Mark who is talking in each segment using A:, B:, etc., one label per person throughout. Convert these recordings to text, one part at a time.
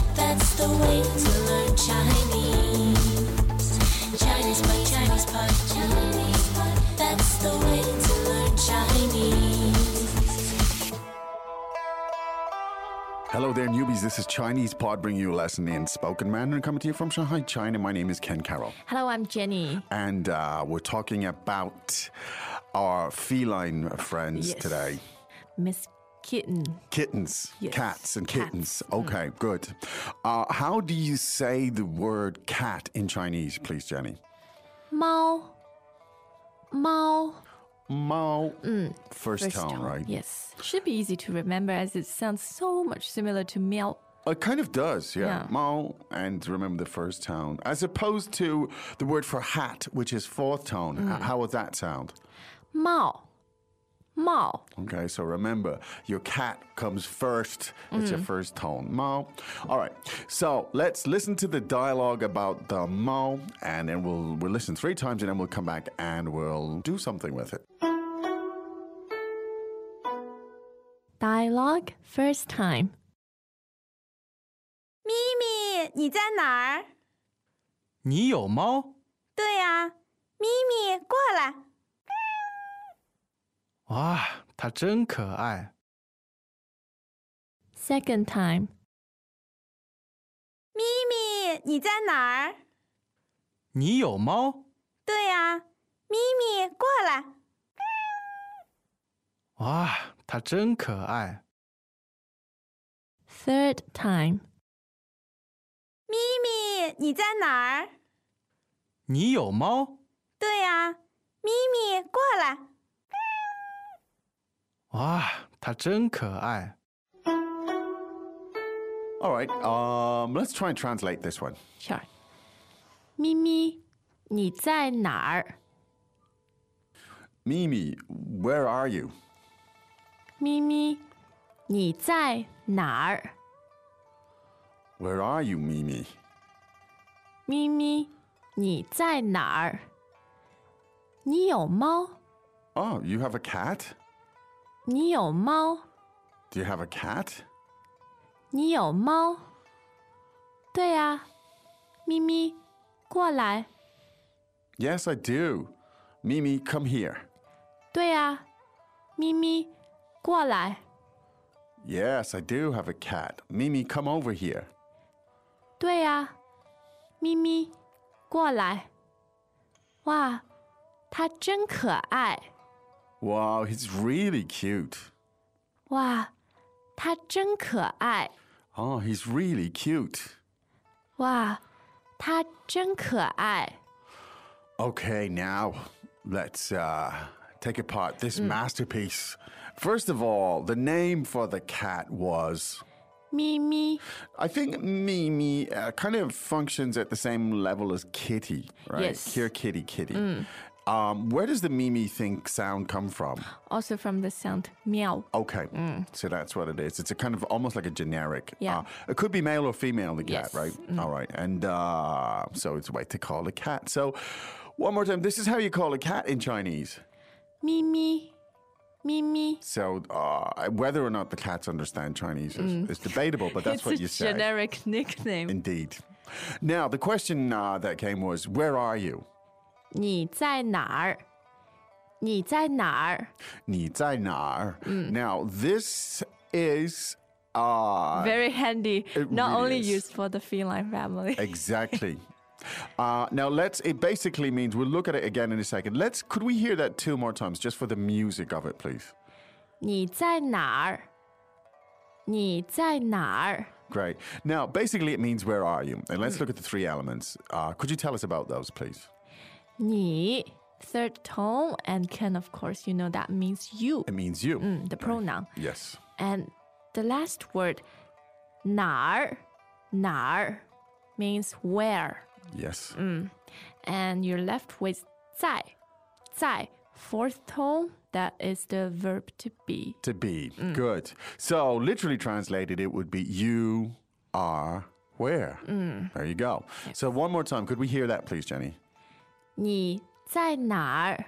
A: a way to learn Chinese. Chinese pot, Chinese pot, Chinese pot. That's the way to learn Chinese.
B: Hello there, newbies. This is Chinese Pod bringing you a lesson in spoken Mandarin coming to you from Shanghai, China. My name is Ken Carroll,
C: Hello, I'm Jenny.
B: and uh, we're talking about our feline friends
C: Yes.
B: today
C: Miss Kitten.
B: kittens,
C: Yes,
B: cats, and
C: cats. Mm.
B: kittens. Okay, good. Uh, how do you say the word cat in Chinese, please, Jenny?
C: 猫.猫.
B: Mao. First,
C: Mm. First
B: tone,
C: tone.
B: right?
C: Yes. Should be easy to remember as it sounds so much similar to meow.
B: It kind of does, yeah.
C: Yeah.
B: Mao and remember the first tone, as opposed to the word for hat, which is fourth tone.
C: Mm.
B: H- how would that sound?
C: Mao. Mao.
B: Okay, so remember, your cat comes first. It's your first tone. Mao. All right, so let's listen to the dialogue about the Mao, and then we'll, we'll listen three times, and then we'll come back and we'll do something with it.
C: Dialogue first time.
D: 咪咪，你在哪儿？
E: 你有猫？
D: 对呀、咪咪，过来。
E: 哇，它真可爱！
C: Second time.
D: 咪咪，你在哪儿？
E: 你有猫？
D: 对呀、咪咪，过来。
E: 哇，它真可爱！
C: Third time.
D: 咪咪，你在哪儿？
E: 你有猫？
D: 对呀、咪咪，过来。
E: 哇，它真可爱！
B: All right, um, let's try and translate this one.
C: Sure. 咪咪，你在哪儿？
B: Mimi, where are you?
C: 咪咪，你在哪儿？
B: Where are you, Mimi?
C: 咪咪，你在哪儿？你有猫？
B: Oh, you have a cat?
C: 你有猫？
B: Do you have a cat?
C: 你有猫？对呀、咪咪，过来。
B: Yes, I do. Mimi, come here.
C: 对呀、咪咪，过来。
B: Yes, I do have a cat. Mimi, come over here.
C: 对呀、咪咪，过来。哇，它真可爱。
B: Wow, he's really cute.
C: 哇，它真可爱。
B: Oh, he's really cute.
C: 哇，它真可爱。
B: Okay, now let's uh, take apart this masterpiece. First of all, the name for the cat was.
C: 咪咪
B: I think Mimi uh, kind of functions at the same level as Kitty, right?
C: Yes. Mm.
B: Here, Kitty, Kitty. Um, where does the Mimi think sound come from?
C: ，also from the sound 喵。
B: Okay, so that's what it is. It's a kind of almost like a generic.
C: Mm. Yeah.
B: uh, it could be male or female. The cat,
C: Yes. Mm.
B: right? All right, and uh, so it's a way to call a cat. So, one more time. This is how you call a cat in Chinese.
C: 咪咪，咪咪。
B: So, uh, whether or not the cats understand Chinese is, is debatable, but that's
C: Mm. it's
B: what
C: a
B: you say.
C: generic nickname.
B: Indeed. Now, the question uh, that came was, "Where are you?"
C: 你在哪儿？你在哪儿
B: 你在哪儿?
C: Mm.
B: Now, this is uh,
C: ？Very handy.
B: it
C: Not
B: really
C: only
B: is.
C: used for the feline family.
B: Exactly. Uh, now let's. It basically means we'll look at it again in a second. Let's. Could we hear that two more times, just for the music of it, please?
C: 你在哪儿？你在哪儿？
B: Great. Now, basically, it means where are you? And
C: Mm.
B: let's look at the three elements. Uh, could you tell us about those, please?
C: 你 third tone and can of course you know that means you.
B: It means you.
C: Mm, the pronoun
B: Yes.
C: and the last word 哪儿哪儿 means where
B: Yes.
C: and you're left with 在在 fourth tone that is the verb to be.
B: To be. Good. So, literally translated, it would be you are where. There you go. So, one more time. Could we hear that, please, Jenny?
C: 你在哪儿？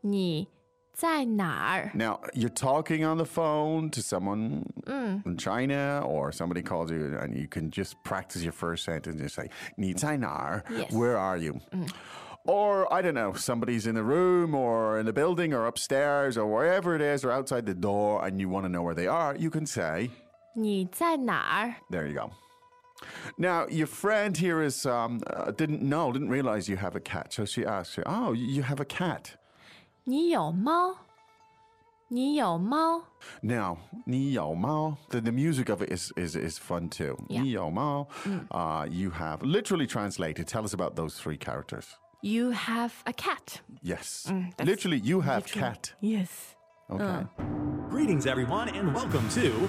C: 你在哪儿？
B: Now, you're talking on the phone to someone
C: 嗯
B: in China or somebody calls you and you can just practice your first sentence and say, 你在哪儿?
C: Yes.
B: Where are you? Or I don't know, somebody's in the room or in the building or upstairs or wherever it is or outside the door and you want to know where they are, you can say,
C: 你在哪儿？
B: there you go. Now, your friend here is um, uh, didn't know, didn't realize you have a cat. So she asks you, oh, you have a cat.
C: 你有猫？你有猫？
B: Now, 你有猫, the, the music of it is, is, is fun too.
C: Yeah. Mm.
B: 你有猫, uh, you have literally translated. Tell us about those three characters.
C: You have a cat.
B: Yes.
C: Mm, that's Uh.
B: literally, you have cat.
C: Yes.
B: Okay.
F: Greetings, everyone, and welcome to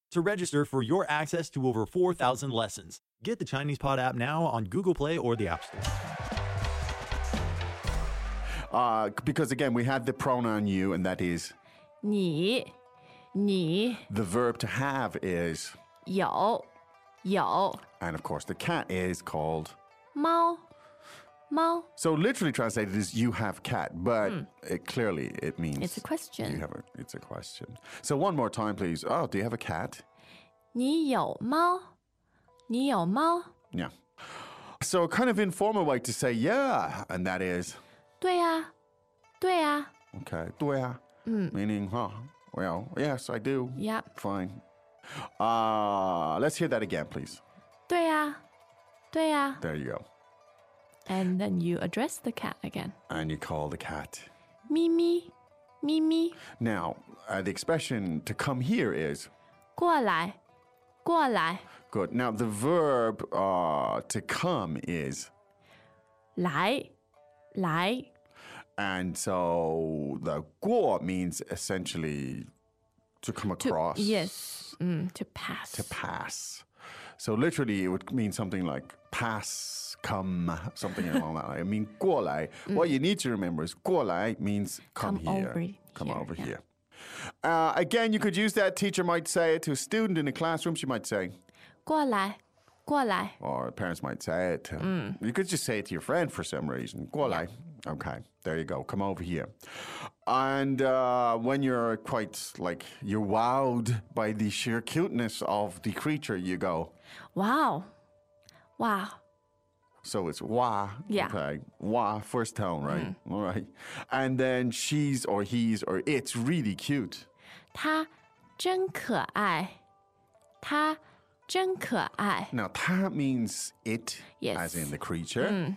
F: to register for your access to over 4,000 lessons. Get the Chinese Pod app now on Google Play or the App Store.
B: Uh, c- because again, we had the pronoun you, and that is
C: 你，你
B: the verb to have is,
C: 有有
B: and of course, the cat is called.
C: 猫猫
B: So literally translated is you have cat, but it clearly it means
C: Hmm. It's a
B: You
C: question.
B: have a, it's a question. So one more time, please. Oh, do you have a cat?
C: 你有猫？你有猫？
B: Yeah. So a kind of informal way to say yeah, and that is
C: 对呀，对呀
B: okay, 对啊,
C: Hmm.
B: meaning huh? Well, yes, I do.
C: Yep.
B: Fine. Uh, let's hear that again, please.
C: 对呀，对呀。
B: There you go.
C: And then you address the cat again.
B: And you call the cat.
C: Mimi, Mimi,
B: Now, uh, the expression to come here is
C: 过来，过来，
B: good. Now, the verb uh, to come is
C: 来，来，
B: And so the guo means essentially to come
C: to
B: across.
C: yes, mm, to pass.
B: To pass. So literally it would mean something like pass, come, something along that line. I mean, 过来. What you need to remember is 过来 means come,
C: Mm. Come
B: here.
C: over
B: come
C: here,
B: over
C: yeah.
B: here. Uh, again, you could use that. Teacher might say it to a student in a classroom. She might say,
C: 过来，过来，
B: or parents might say it. um,
C: Mm.
B: You could just say it to your friend for some reason. Gualai. Okay, there you go. Come over here. And uh, when you're quite like you're wowed by the sheer cuteness of the creature, you go.
C: wow, wow,
B: So it's wah.
C: Yeah. Mm.
B: Okay. Wah, first tone, right? All right. And then she's or he's or it's really cute.
C: 他真可爱，他真可爱，
B: Now, ta means it, as
C: Yes. Mm.
B: in the creature.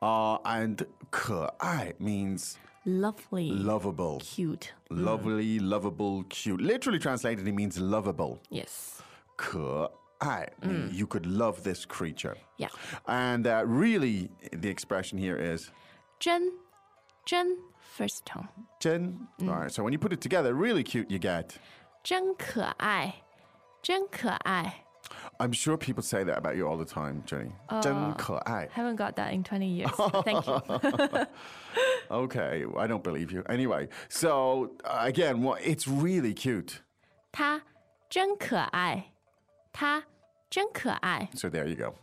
B: Uh, and 可爱 means
C: lovely,
B: lovable.
C: cute,
B: Lovely, lovable, cute. Literally translated, it means lovable.
C: yes,
B: 可爱. mean You could love this creature.
C: yeah，
B: And uh, really, the expression here is
C: 真真 first tone，
B: Jen. All right. So when you put it together, really cute you get.
C: 真可爱，真可爱。
B: I'm sure people say that about you all the time, Jenny. Jen 可爱.
C: Haven't got that in 20 years. Thank you.
B: Okay. I don't believe you. Anyway, so uh, again, wha- it's really cute.
C: 他真可爱，他真可爱。
B: So there you go.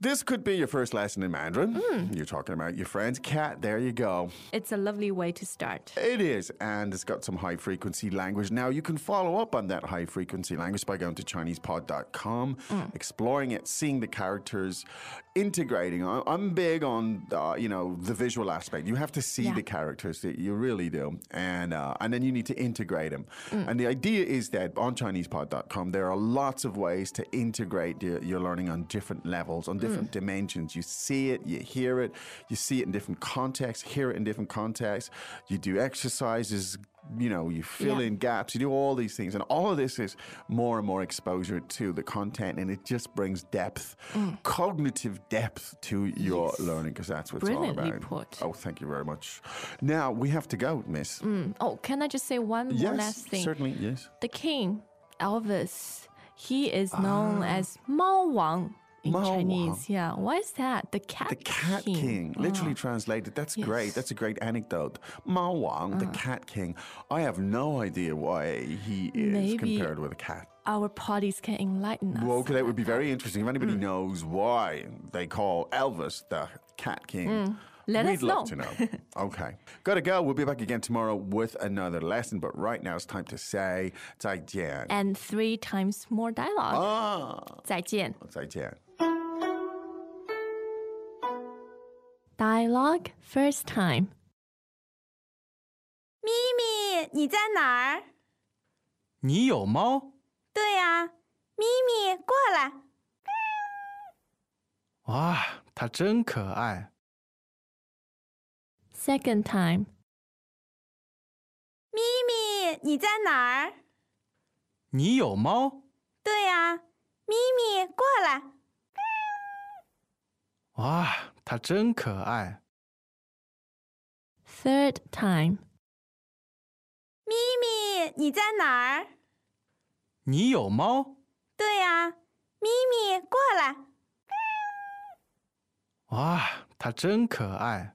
B: This could be your first lesson in Mandarin. You're talking about your friend's cat. There you go.
C: It's a lovely way to start.
B: It is, and it's got some high frequency language. Now, you can follow up on that high frequency language by going to ChinesePod.com, exploring it, seeing the characters, integrating. I- I'm big on, uh, you know, the visual aspect. You have to see
C: Yeah.
B: the characters, that you really do, and uh, and then you need to integrate them. And the idea is that on ChinesePod.com, there are lots of ways to integrate your, your learning on different levels, on
C: Mm.
B: different dimensions. You see it, you hear it, you see it in different contexts, hear it in different contexts. You do exercises, you know, you fill
C: Yeah.
B: in gaps, you do all these things. And all of this is more and more exposure to the content, and it just brings depth,
C: Mm.
B: cognitive depth to your learning, because that's what it's all
C: Brilliantly
B: about.
C: put.
B: Oh, thank you very much. Now we have to go, miss.
C: Mm, Oh, can I just say one more
B: yes,
C: last thing?
B: certainly, yes.
C: The king, Elvis, he is known as Mao Wang in
B: Ah. Mao Wang.
C: Chinese. Yeah, why is that? The cat Ah,
B: The Cat King, literally translated. That's great.
C: Yes. Ah.
B: That's a great anecdote. Mao Wang, the Cat King. I have no idea why he is
C: Maybe-
B: compared with a cat.
C: Our parties can enlighten us.
B: Well, okay, that would be very interesting. If
C: Mm.
B: anybody knows why they call Elvis the Cat King,
C: Mm. Let
B: we'd
C: us
B: love to
C: know.
B: know. okay. Gotta go. We'll be back again tomorrow with another lesson. But right now it's time to say 再见.
C: And three times more dialogue.
B: ah,
C: 再见.
B: 再见.
C: Dialogue first time.
D: 咪咪，你在哪儿？
E: 你有猫？
D: 对呀、咪咪，过来，
E: 哇，它真可爱！
C: Second time.
D: 咪咪，你在哪儿？
E: 你有猫？
D: 对呀、咪咪，过来，
E: 哇，它真可爱！
C: Third time.
D: 咪咪，你在哪儿？
E: 你有猫？
D: 对呀、咪咪，过来，
E: 哇，它真可爱！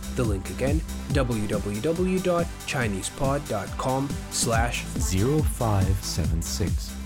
G: The link again, www.chinesepod.com slash
H: 0576